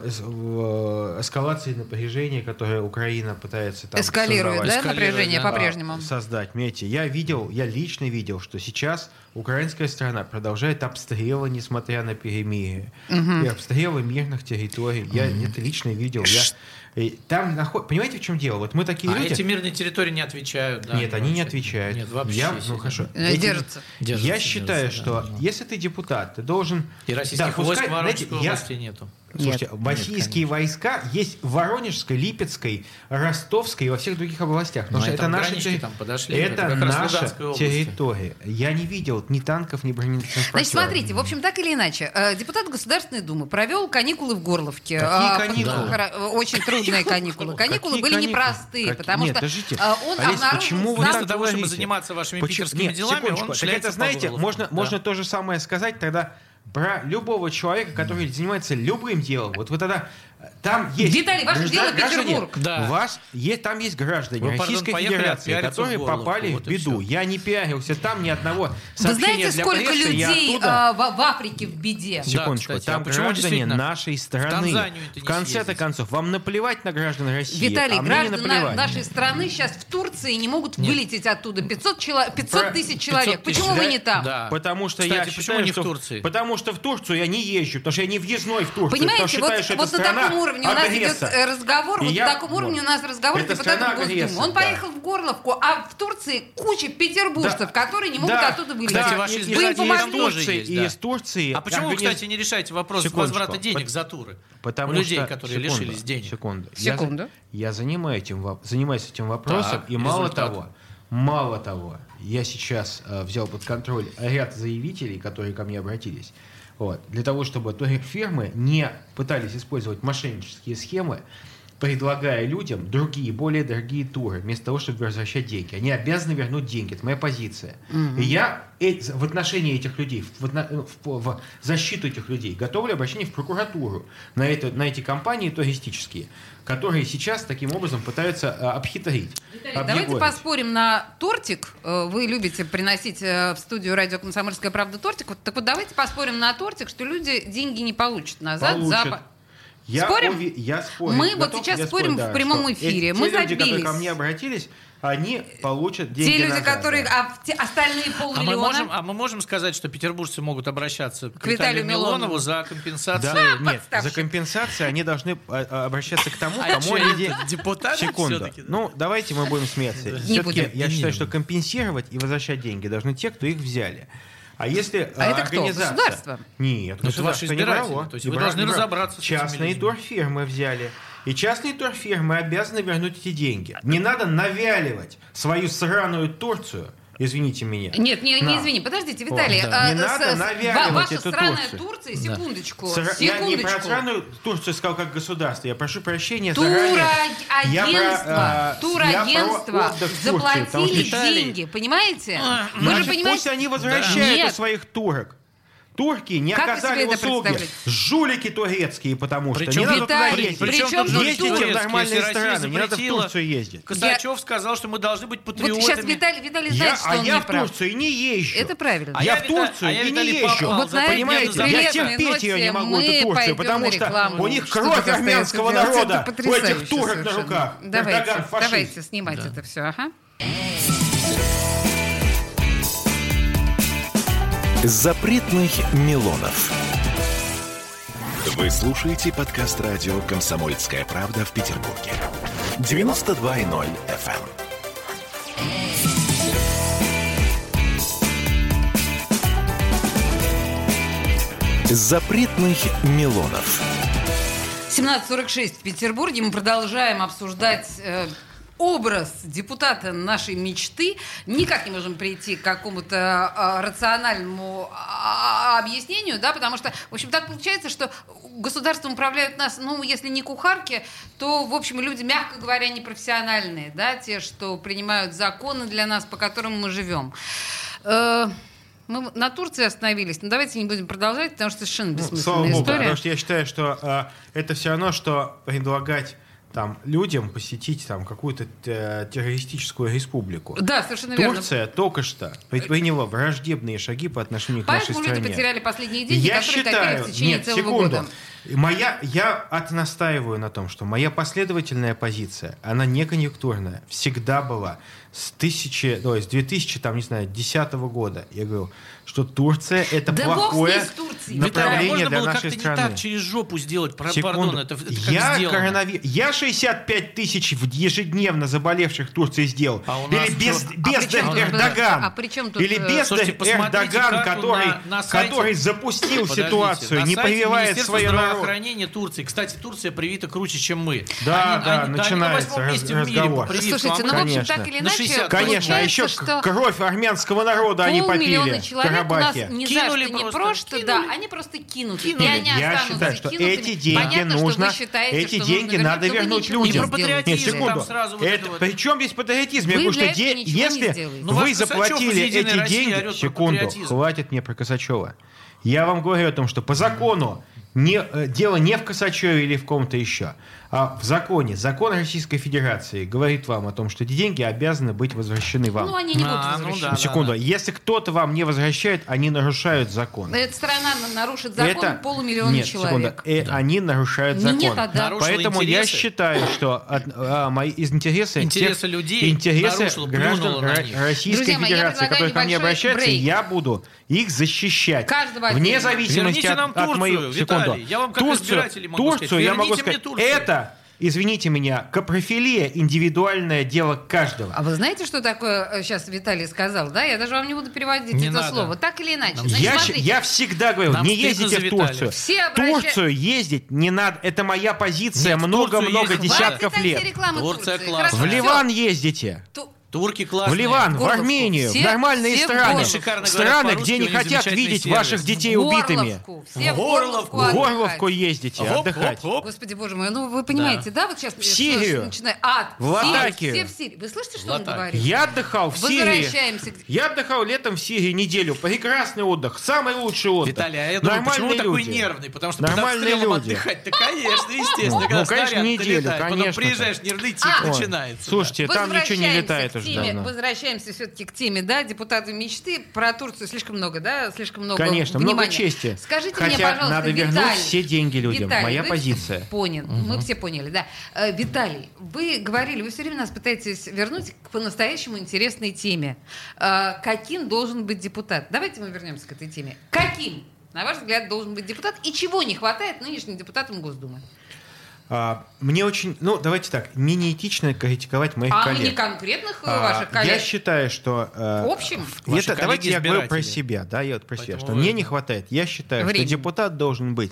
с, э, эскалацией напряжения, которое Украина пытается там Эскалирует, создавать. да, Эскалирует, напряжение да. по-прежнему? Создать. Понимаете, я видел, я лично видел, что сейчас украинская страна продолжает обстрелы, несмотря на перемирие. И обстрелы мирных территорий. Я это лично видел. Я, и там наход... Понимаете, в чем дело? Вот мы такие а люди... эти мирные территории не отвечают, да? Нет, они не вообще. отвечают. Нет, вообще. Я, ну сидят. хорошо. Э, Эти- Держится. Держатся, я считаю, держатся, что да, да. если ты депутат, ты должен... И Да, российских войск пускай, в Воронежской знаете, я- области нету. Слушайте, Нет. российские войска есть в Воронежской, Липецкой, Ростовской и во всех других областях. Потому Ну, что они это там наша, гранички терри- там подошли, это это как раз наша Луганской области. территория. Я не видел ни танков, ни бронетранспортеров. Значит, смотрите, в общем, так или иначе, э, депутат Государственной Думы провел каникулы в Горловке. Какие А, каникулы? под- хоро- э, Очень трудные каникулы. Каникулы Какие были каникулы? непростые, Как- потому Нет, что подождите. э, он Олесь, почему обнаружил вы сам- Вместо того, чтобы говорите. заниматься вашими Почему- питерскими Нет, делами, секундочку. он Так шляется это, по знаете, Горловке. можно, Да. можно то же самое сказать тогда про любого человека, который занимается любым делом. Вот вы того э, там есть... Виталий, ваше граждан- дело граждане, Петербург. Да. Вас, есть, там есть граждане Вы, пардон, Российской поехали Федерации, отпиариться которые в Горловку, попали вот в и беду. всё. Я не пиарился, там ни одного Вы сообщения знаете, для сколько прессы, я людей э, оттуда- в в Африке в беде? Да, Секундочку, кстати, там а почему граждане действительно нашей страны. Танзанию это не в конце-то съездить? концов, вам наплевать на граждан России, Виталий, а мне не граждане наплевать. нашей страны сейчас в Турции не могут Нет. вылететь оттуда. 500, чело- 500 Про- тысяч человек. 500 тысяч, Почему вы да? не там? Да. Потому что А. Кстати, я почему считаю, не в что- Турции? Потому что в Турцию я не езжу, потому что я не въездной в Турцию. потому Понимаете, что вот, считаю, что вот эта на страна таком уровне у нас агресса. идет э, разговор, И вот я- на таком уровне у вот. нас разговор с Это депутатом страна Госдумы. агрессора, Он да. поехал в Горловку, а в Турции куча петербуржцев, которые не могут Да. оттуда вылезти. Кстати, Да, ваши и- и- Вы им избиратели там помогли. тоже Турции, есть, и да. из Турции. А почему вы, организ- кстати, не решаете вопрос Секундочку. возврата денег Пот- за туры? Потому у людей, что- которые секунду, лишились денег. Секунду. Секунду. Я, за- я занимаюсь, этим, воп- занимаюсь этим вопросом, Так, и мало результат. того, мало того, я сейчас э, взял под контроль ряд заявителей, которые ко мне обратились. Вот, для того, чтобы турфирмы не пытались использовать мошеннические схемы, предлагая людям другие, более дорогие туры, вместо того, чтобы возвращать деньги. Они обязаны вернуть деньги. Это моя позиция. И я э- в отношении этих людей, в, отно- э, в- в защиту этих людей готовлю обращение в прокуратуру на, это, на эти компании туристические, которые сейчас таким образом пытаются э, обхитрить. Виталий, Давайте объегорить. поспорим на тортик. Э, Вы любите приносить э, в студию радио «Комсомольская правда» тортик. Вот, так вот давайте поспорим на тортик, что люди деньги не получат назад. Получат. за- Я Спорим? уви- я спорю. Мы вот Готов? сейчас Я спорим в прямом что эфире. эти- Мы те люди, которые ко забились. мне обратились, они получат деньги Те люди, назад, которые... да. А те- остальные А мы, полмиллиона... можем, а мы можем сказать, что петербуржцы могут обращаться к, Виталию, Виталию Милонову Милонову. за компенсацию? Да, нет, за подставщик. компенсацию они должны а, а, обращаться к тому, А кому чё, они... де- это депутаты Секунду. всё-таки, да? Ну, давайте мы будем смеяться. Все-таки будем. я считаю, что компенсировать и возвращать деньги должны те, кто их взяли. А если А э, это кто? организация- Государство? Нет, Ну, это государство ваши не избиратели. брало. То есть Не вы брало, должны не брало. разобраться с этими Частные людьми. турфирмы взяли. И частные турфирмы обязаны вернуть эти деньги. Не надо навяливать свою сраную Турцию, извините меня. Нет, не, не Нам. извини, подождите, Виталий. да. а, Не с- надо с- навяливать Ваша эту странная Турцию. Турция, секундочку, Сра- Я не про секундочку. сраную Турцию сказал как государство. Я прошу прощения заранее. Я Турагентство, про, э, я про турагентство отдых в Турции, потому что- а, а, заплатили Виталий, деньги, понимаете? Вы же Значит, пусть понимаете, они возвращают Нет. у своих турок. Турки не Как вы оказали себе это услуги. представляете? Жулики турецкие, потому что. Причем- не надо туда Виталий, ездить. причем тут тут жулики Турция? Ездите в турецкие, нормальные если Россия страны, не надо в запретила. Турцию ездить. Косачев сказал, что мы должны быть патриотами. вот сейчас Виталий, Виталий Я- знает, что а он я не в прав. Турцию не езжу. Это правильно. я, А в я, Турцию Виталий, и не попал ещё. за Вот на этой Понимаете, я прелестной терпеть ее ноте не могу, ну, эту мы Турцию, пойдем потому на что рекламу. у них Что кровь тут остается армянского делать? Это народа, у потрясающе этих турок на совершенно. руках. Давайте, Эрдоган фашист. давайте снимать это все, ага. Запретных Милонов. Вы слушаете подкаст радио «Комсомольская правда» в Петербурге. 92.0 FM. Запретных Милонов. 17.46 в Петербурге. Мы продолжаем обсуждать э, образ депутата нашей мечты. Никак не можем прийти к какому-то э, рациональному а, объяснению, да, потому что, в общем, так получается, что государством управляют нас, ну, если не кухарки, то, в общем, люди, мягко говоря, непрофессиональные, да, те, что принимают законы для нас, по которым мы живем. Э, мы на Турции остановились, но давайте не будем продолжать, потому что совершенно Ну, бессмысленная Слава богу, история. потому что я считаю, что э, это все равно, что предлагать там людям посетить там какую-то э, террористическую республику. Да, совершенно верно. Турция только что предприняла враждебные шаги по отношению к нашей Поэтому люди стране. потеряли последние деньги, я которые считаю, копили в течение нет, целого секунду. года. Моя, я от- настаиваю на том, что моя последовательная позиция, она не конъюнктурная, всегда была с тысячи, ой, с 2000, там, не знаю, 10 года. Я говорил, что Турция это Да бог с ней, плохое с Турцией. Виталий, а направление можно для было нашей как-то не страны. так через жопу сделать, про, Секунду. пардон, это, это как я сделано. коронавирус. Я 65 тысяч в- ежедневно заболевших в Турции сделал. А у нас Или без, тут- А без при чем тут- Эрдоган. а при чем тут, Или э, без Слушайте, посмотрите, Эрдоган, как он который, на- на сайте- который запустил Подождите, ситуацию, на не сайте прививает Министерства свое народ. здравоохранения Турции. Кстати, Турция привита круче, чем мы. Да, Они- да, они- начинается они на восьмом месте раз- в мире по разговор. прививкам. Слушайте, ну, вам А в общем, конечно. так или На иначе, 60. Конечно, а еще получается, что к- кровь армянского народа они попили полмиллиона в человек у нас Карабахе. не Кинули за что, не просто. просто, Кинули. да, они просто кинуты. Кинули. И они Я останутся считаю, что кинутыми. эти деньги Понятно, нужно- что вы считаете, эти что деньги нужно надо но вы вернуть ничего людям. Не Не про сделаете. Нет, патриотизм. секунду. Там сразу вот это это, вот. Причем без патриотизма? Я Вы говорю, для что этого де- ничего не если сделаете. вы Ну, ваш Косачев из заплатили «Единой эти России» орёт деньги... про Секунду, патриотизм. хватит мне про Косачева. Я вам говорю о том, что по закону не, э, дело не в Косачеве или в ком-то еще, А в законе, закон Российской Федерации говорит вам о том, что эти деньги обязаны быть возвращены вам. Ну, они не будут А, ну возвращать. да. На секунду. Если кто-то вам не возвращает, они нарушают закон. Эта страна на- нарушит закон полумиллиона Нет, человек. секунду. Э, Они нарушают Нет, закон. отдам. Нарушила Поэтому я интересы. считаю, что от- а, мои из- интересы, Интересы тех- людей интересы нарушила, граждан плюнула на Ро- них. Российской Друзья мои, я Федерации, предлагаю которые ко мне небольшой обращаются, брейк. я буду их защищать. Каждого Вне отдельно. зависимости Верните от, нам от моих... Турцию, секунду. Виталий, я вам как избиратель могу Турцию сказать, я могу верните мне сказать, Турцию. это, извините меня, капрофилия, индивидуальное дело каждого. А вы знаете, что такое э, сейчас Виталий сказал, да? Я даже вам не буду переводить Не это надо. слово. Так или иначе. Нам Значит, я, щ- смотрите. я всегда говорил, Нам не стыдно ездите за в Виталия. Турцию. Все В обраща- Турцию ездить не надо. Это моя позиция Нет, в много-много Турцию ездить десятков Хватит лет. антирекламы Турция Турции. классная. В Хорошо, Ливан всё. ездите. Ту- Турки В классные. Ливан, в Горловку. Армению, Все- в нормальные все в страны. Горловку. Шикарно говорят Страны, по-русски, где у не них хотят замечательный видеть сервис. ваших детей Горловку. убитыми. Все в Горловку. Горловку. В отдыхать. Горловку ездите, Хоп, отдыхать. хоп, хоп. Господи, боже мой, ну вы понимаете, да, вот сейчас В Сирию. Ад. В Латакию. Все в Сирии. Вы слышите, что он Латакию. говорит? Я отдыхал в Сирии. Возвращаемся. к- Я отдыхал летом в Сирии неделю. Прекрасный отдых. Самый лучший отдых. Виталий, а я думаю, Нормальные почему такой люди. нервный? Потому что Нормальные под обстрелом люди. отдыхать, да, конечно, естественно. Ну, когда ну, конечно, снаряд неделю, долетает, Потом конечно. приезжаешь, нервный тик А. начинается. Слушайте, там Возвращаемся ничего не летает к уже теме, давно. Возвращаемся все-таки к теме, да, депутаты мечты. Про Турцию слишком много, да, слишком много Конечно, внимания. много чести. Скажите Хотя мне, пожалуйста, надо вернуть Виталий, все деньги людям. Виталий, Моя вы позиция. Понял, мы все поняли, да. Э, Виталий, вы говорили, вы все время нас пытаетесь вернуть к по-настоящему интересной теме. Э, Каким должен быть депутат? Давайте мы вернемся к этой теме. Каким, на ваш взгляд, должен быть депутат? И чего не хватает нынешним депутатам Госдумы? А, Мне очень... Ну, давайте так. Мне неэтично критиковать моих а коллег. не конкретных э, А, ваших коллег? Я считаю, что... э, В общем? это- Ваши коллеги давайте я говорю про избиратели. себя, да, я вот про себя, Поэтому что вы- мне не хватает. Я считаю, Времени. что депутат должен быть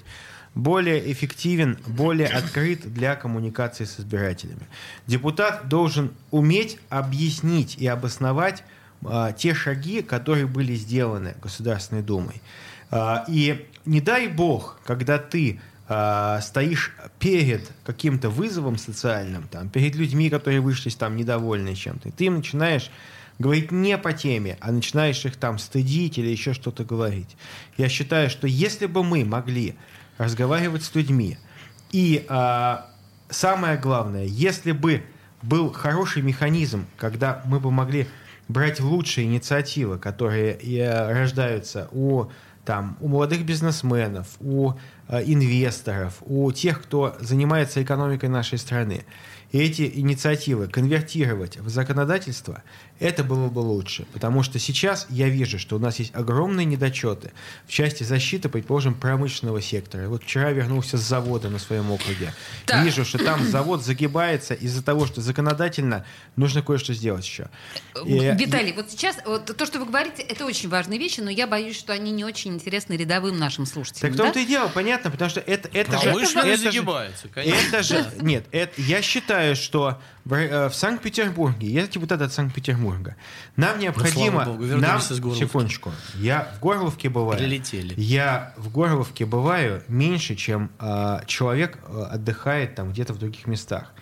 более эффективен, более открыт для коммуникации с избирателями. Депутат должен уметь объяснить и обосновать а, те шаги, которые были сделаны Государственной Думой. А, и не дай бог, когда ты а, стоишь перед каким-то вызовом социальным, там, перед людьми, которые вышли там недовольны чем-то, и ты им начинаешь говорить не по теме, а начинаешь их там стыдить или еще что-то говорить. Я считаю, что если бы мы могли разговаривать с людьми, и а, самое главное, если бы был хороший механизм, когда мы бы могли брать лучшие инициативы, которые э, рождаются у, там, у молодых бизнесменов, у э, инвесторов, у тех, кто занимается экономикой нашей страны. И эти инициативы конвертировать в законодательство, это было бы лучше. Потому что сейчас я вижу, что у нас есть огромные недочеты в части защиты, предположим, промышленного сектора. Вот вчера вернулся с завода на своем округе. Так. Вижу, что там завод загибается из-за того, что законодательно нужно кое-что сделать еще. Э, И- Виталий, вот сейчас вот то, что вы говорите, это очень важные вещи, но я боюсь, что они не очень интересны рядовым нашим Так слушателям. в том-то да? и дело, понятно, потому что это, это А же... вышли и это же- загибаются, конечно. Это же... Нет, это, я считаю, что в, э, в Санкт-Петербурге, я депутат от Санкт-Петербурга, нам необходимо... Ну, слава богу, нам, вернулись из Горловки. секундочку. Я в Горловке бываю. Прилетели. Я в Горловке бываю меньше, чем э, человек э, отдыхает там где-то в других местах.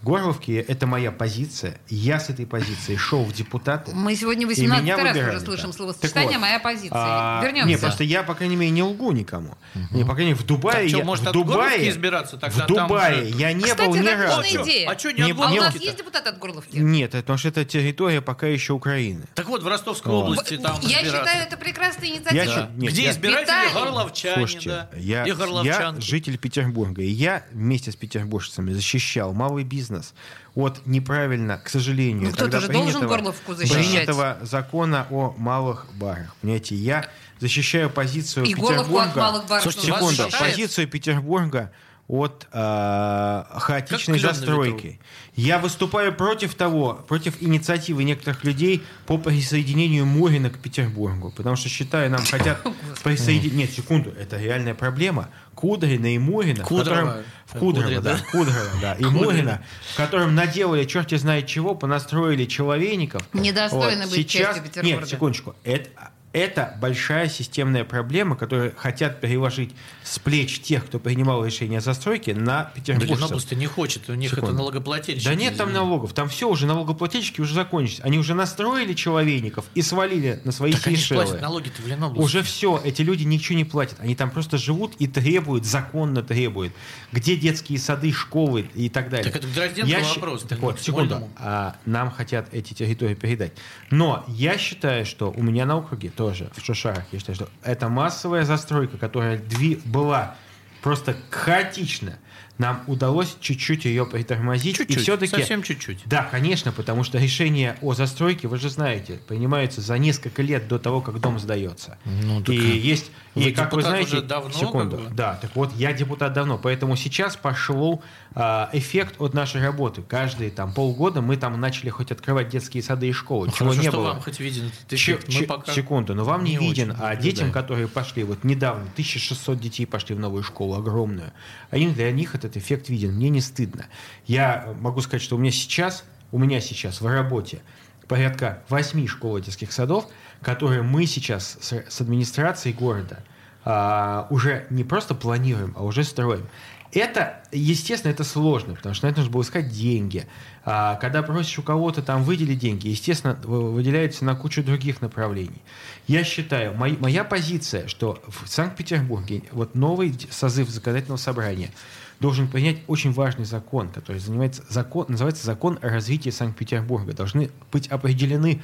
В Горловке это моя позиция. Я с этой позиции шел в депутаты. Мы сегодня И 18 меня раз выбирали, уже слышим да. словосочетание Так вот, «моя позиция». а, Вернемся. Не, просто я, по крайней мере, не лгу никому. Не, по крайней мере, в Дубае... Так чё, я, может, в от Дубае, Горловки избираться тогда, в там Дубае же- я не Кстати, был ни это разу. классная идея. А что не Не от было. а у нас Горловки-то? есть депутат от Горловки? Нет, это- потому что это территория пока еще Украины. Так вот, в Ростовской О. области там я избираться. считаю, это прекрасная Я инициатива. считаю- нет, Где я- избиратели Виталий. горловчане, Слушайте, да, я, и я горловчанки. житель Петербурга, и я вместе с петербуржцами защищал малый бизнес от неправильно, к сожалению, Ну, кто-то тогда же принятого- должен Горловку защищать. принятого закона о малых барах. Понимаете, я защищаю позицию И Петербурга. головку от малых баров. Слушайте, Ну, вас секунду, считает? позицию Петербурга от э, хаотичной Как клён на застройки. Я выступаю против того, против инициативы некоторых людей по присоединению Морина к Петербургу, потому что считаю, нам хотят присоединить. Нет, секунду, это реальная проблема. Кудрина и Морина, в Кудрова. котором- в Кудрово, Кудрин, да, да. Кудрова, да, и Морина, в котором наделали, черти знает чего, понастроили человейников. Недостойны быть частью Петербурга. Нет, секундочку, это, Это большая системная проблема, которую хотят переложить с плеч тех, кто принимал решение о застройке, на Да петербуржцев. просто не хочет, у них Секунду. это налогоплательщики. Да нет там налогов, там все уже налогоплательщики уже закончились. Они уже настроили человейников и свалили на свои Так они же Сейшелы. платят налоги-то в Ленобласти. Уже все, эти люди ничего не платят. Они там просто живут и требуют, законно требуют. Где детские сады, школы и так далее. Так это к Дрозденко щи- вопрос, Так не вот, к секунду. Смольному. А, нам хотят эти территории передать. Но я считаю, что у меня на округе тоже, в Шушарах, я считаю, что это массовая застройка, которая дви- была просто хаотична. Нам удалось чуть-чуть ее притормозить. Чуть-чуть, и все-таки совсем чуть-чуть. да, конечно, потому что решение о застройке, вы же знаете, принимается за несколько лет до того, как дом сдается. Ну, так и есть, вы и как вы депутат знаете, уже давно, секунду, как бы. да, так вот я депутат давно, поэтому сейчас пошел а, эффект от нашей работы. Каждые там полгода мы там начали хоть открывать детские сады и школы, Ну, чего хорошо, не что было. вам хоть виден этот Че- эффект. Мы че- пока... Секунду, но вам не, не виден. очень А наблюдаем. детям, которые пошли, вот недавно 1600 детей пошли в новую школу, огромную. Они, для них этот эффект виден. Мне не стыдно. Я могу сказать, что у меня сейчас, у меня сейчас в работе порядка 8 школ и детских садов, которые мы сейчас с, с администрацией города а, уже не просто планируем, а уже строим. Это, естественно, это сложно, потому что на это нужно было искать деньги. А когда просишь у кого-то там выделить деньги, естественно, вы- выделяются на кучу других направлений. Я считаю, мои- моя позиция, что в Санкт-Петербурге вот новый д- созыв законодательного собрания должен принять очень важный закон, который занимается закон, называется закон о развитии Санкт-Петербурга. Должны быть определены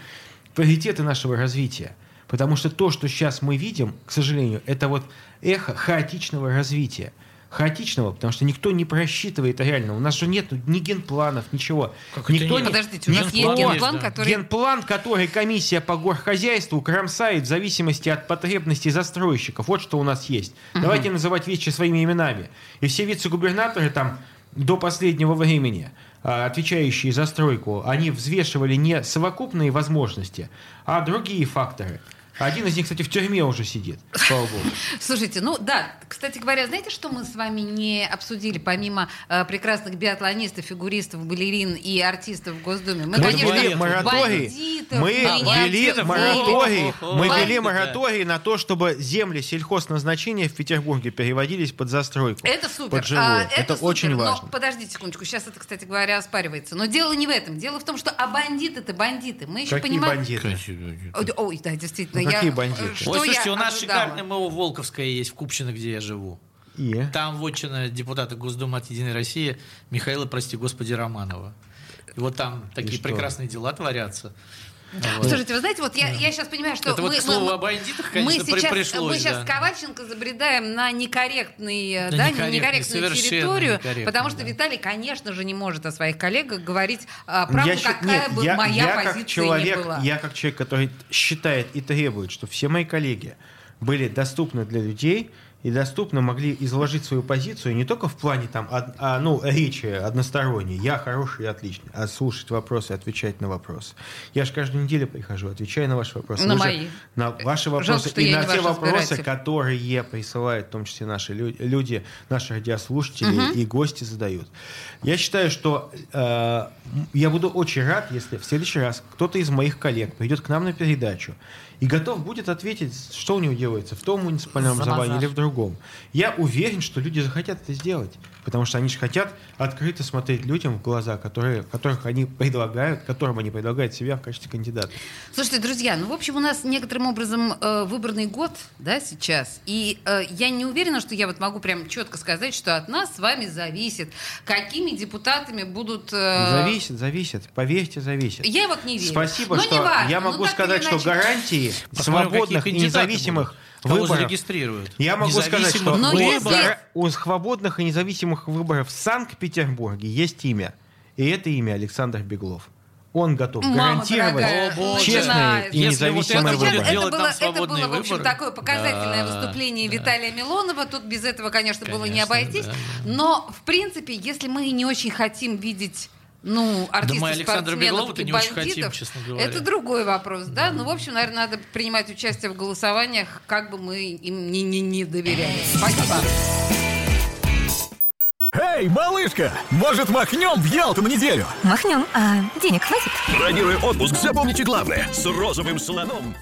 приоритеты нашего развития. Потому что то, что сейчас мы видим, к сожалению, это вот эхо хаотичного развития. Хаотичного, потому что никто не просчитывает реально. У нас же нет ни генпланов, ничего. Как это никто не- нет? Подождите, у нас есть Генплан есть, генплан, да. который... Генплан, который комиссия по горхозяйству кромсает в зависимости от потребностей застройщиков. Вот что у нас есть. Давайте называть вещи своими именами. И все вице-губернаторы там до последнего времени, а, отвечающие за стройку, они взвешивали не совокупные возможности, а другие факторы. Один из них, кстати, в тюрьме уже сидит, слава богу. Слушайте, ну да, кстати говоря, знаете, что мы с вами не обсудили, помимо э, прекрасных биатлонистов, фигуристов, балерин и артистов в Госдуме? Мы, Мы конечно, ввели бандитов, мораторий. бандитов, Мы мы не ввели активные. мораторий. Мы ввели Бандиты. мораторий на то, чтобы земли сельхозназначения в Петербурге переводились под застройку. Это супер. Под жилую. А, это супер. очень важно. Но подождите секундочку, сейчас это, кстати говоря, оспаривается. Но дело не в этом. Дело в том, что а бандиты-то бандиты. Мы еще Какие понимаем. бандиты? Ой, да, Ой, да, действительно. Ну, я- какие бандиты? э, Что Ой, слушайте, я у нас ожидала? шикарное МО Волковское есть в Купчино, где я живу. И? Там вотчина депутата Госдумы от «Единой России» Михаила, прости господи, Романова. И вот там такие что? прекрасные дела творятся. Вот. Слушайте, вы знаете, вот я, я сейчас понимаю, что Это мы, вот, к мы- слову, мы- о бандитах, мы конечно, при- сейчас, мы пришлось. сейчас да. Ковальченко забредаем на некорректный, э, Да, да, некорректный, некорректную совершенно территорию, некорректный, потому что да. Виталий, конечно же, не может о своих коллегах говорить а, правду, Я щи- какая нет, бы я- моя я позиция как человек, не была. Я как человек, который считает и требует, что все мои коллеги были доступны для людей и доступно могли изложить свою позицию не только в плане там, од- а, ну, речи односторонней. Я хороший и отличный. А слушать вопросы, отвечать на вопросы. Я же каждую неделю прихожу, отвечаю на ваши вопросы. На Вы же- мои. На ваши Жалко, вопросы что и я на не те ваш вопросы, избиратель. которые присылают, в том числе наши лю- люди, наши радиослушатели и гости задают. Я считаю, что э, я буду очень рад, если в следующий раз кто-то из моих коллег придет к нам на передачу и готов будет ответить, что у него делается в том муниципальном Замазаж. образовании или в другом. Я уверен, что люди захотят это сделать, потому что они же хотят открыто смотреть людям в глаза, которые, которых они предлагают, которым они предлагают себя в качестве кандидата. Слушайте, друзья, ну, в общем, у нас некоторым образом э, выборный год, да, сейчас. И э, я не уверена, что я вот могу прям четко сказать, что от нас с вами зависит, какими депутатами будут... э, Зависит, зависит, поверьте, зависит. Я вот не верю. Спасибо, Но что неважно, я ну, могу так или сказать, что иначе. гарантии Посмотрим, какие свободных и кандидаты независимых будут, кого выборов. зарегистрируют. Я могу сказать, что Независимых Но у, если- гара- у свободных и независимых выборов в Санкт-Петербурге есть имя. И это имя Александр Беглов. Он готов Мама дорогая, гарантировать О, честные начинается. и Если вот независимые Вот это сейчас выборы. выборы. это Делать там было, это было, свободные в общем, выборы? такое показательное Да, выступление да. Виталия Милонова. Тут без этого, конечно, было не Конечно, обойтись. да, Но, в принципе, если мы не очень хотим видеть ну, артистов, мы Александра спортсменов Беглова-то и не очень бандитов, хотим, честно говоря. это другой вопрос, да? Ну, в общем, наверное, надо принимать участие в голосованиях, как бы мы им не, не, не доверяли. Спасибо. Эй, малышка, может махнем в Ялту на неделю? Махнем, а денег хватит? Бронируя отпуск, запомните главное. С розовым слоном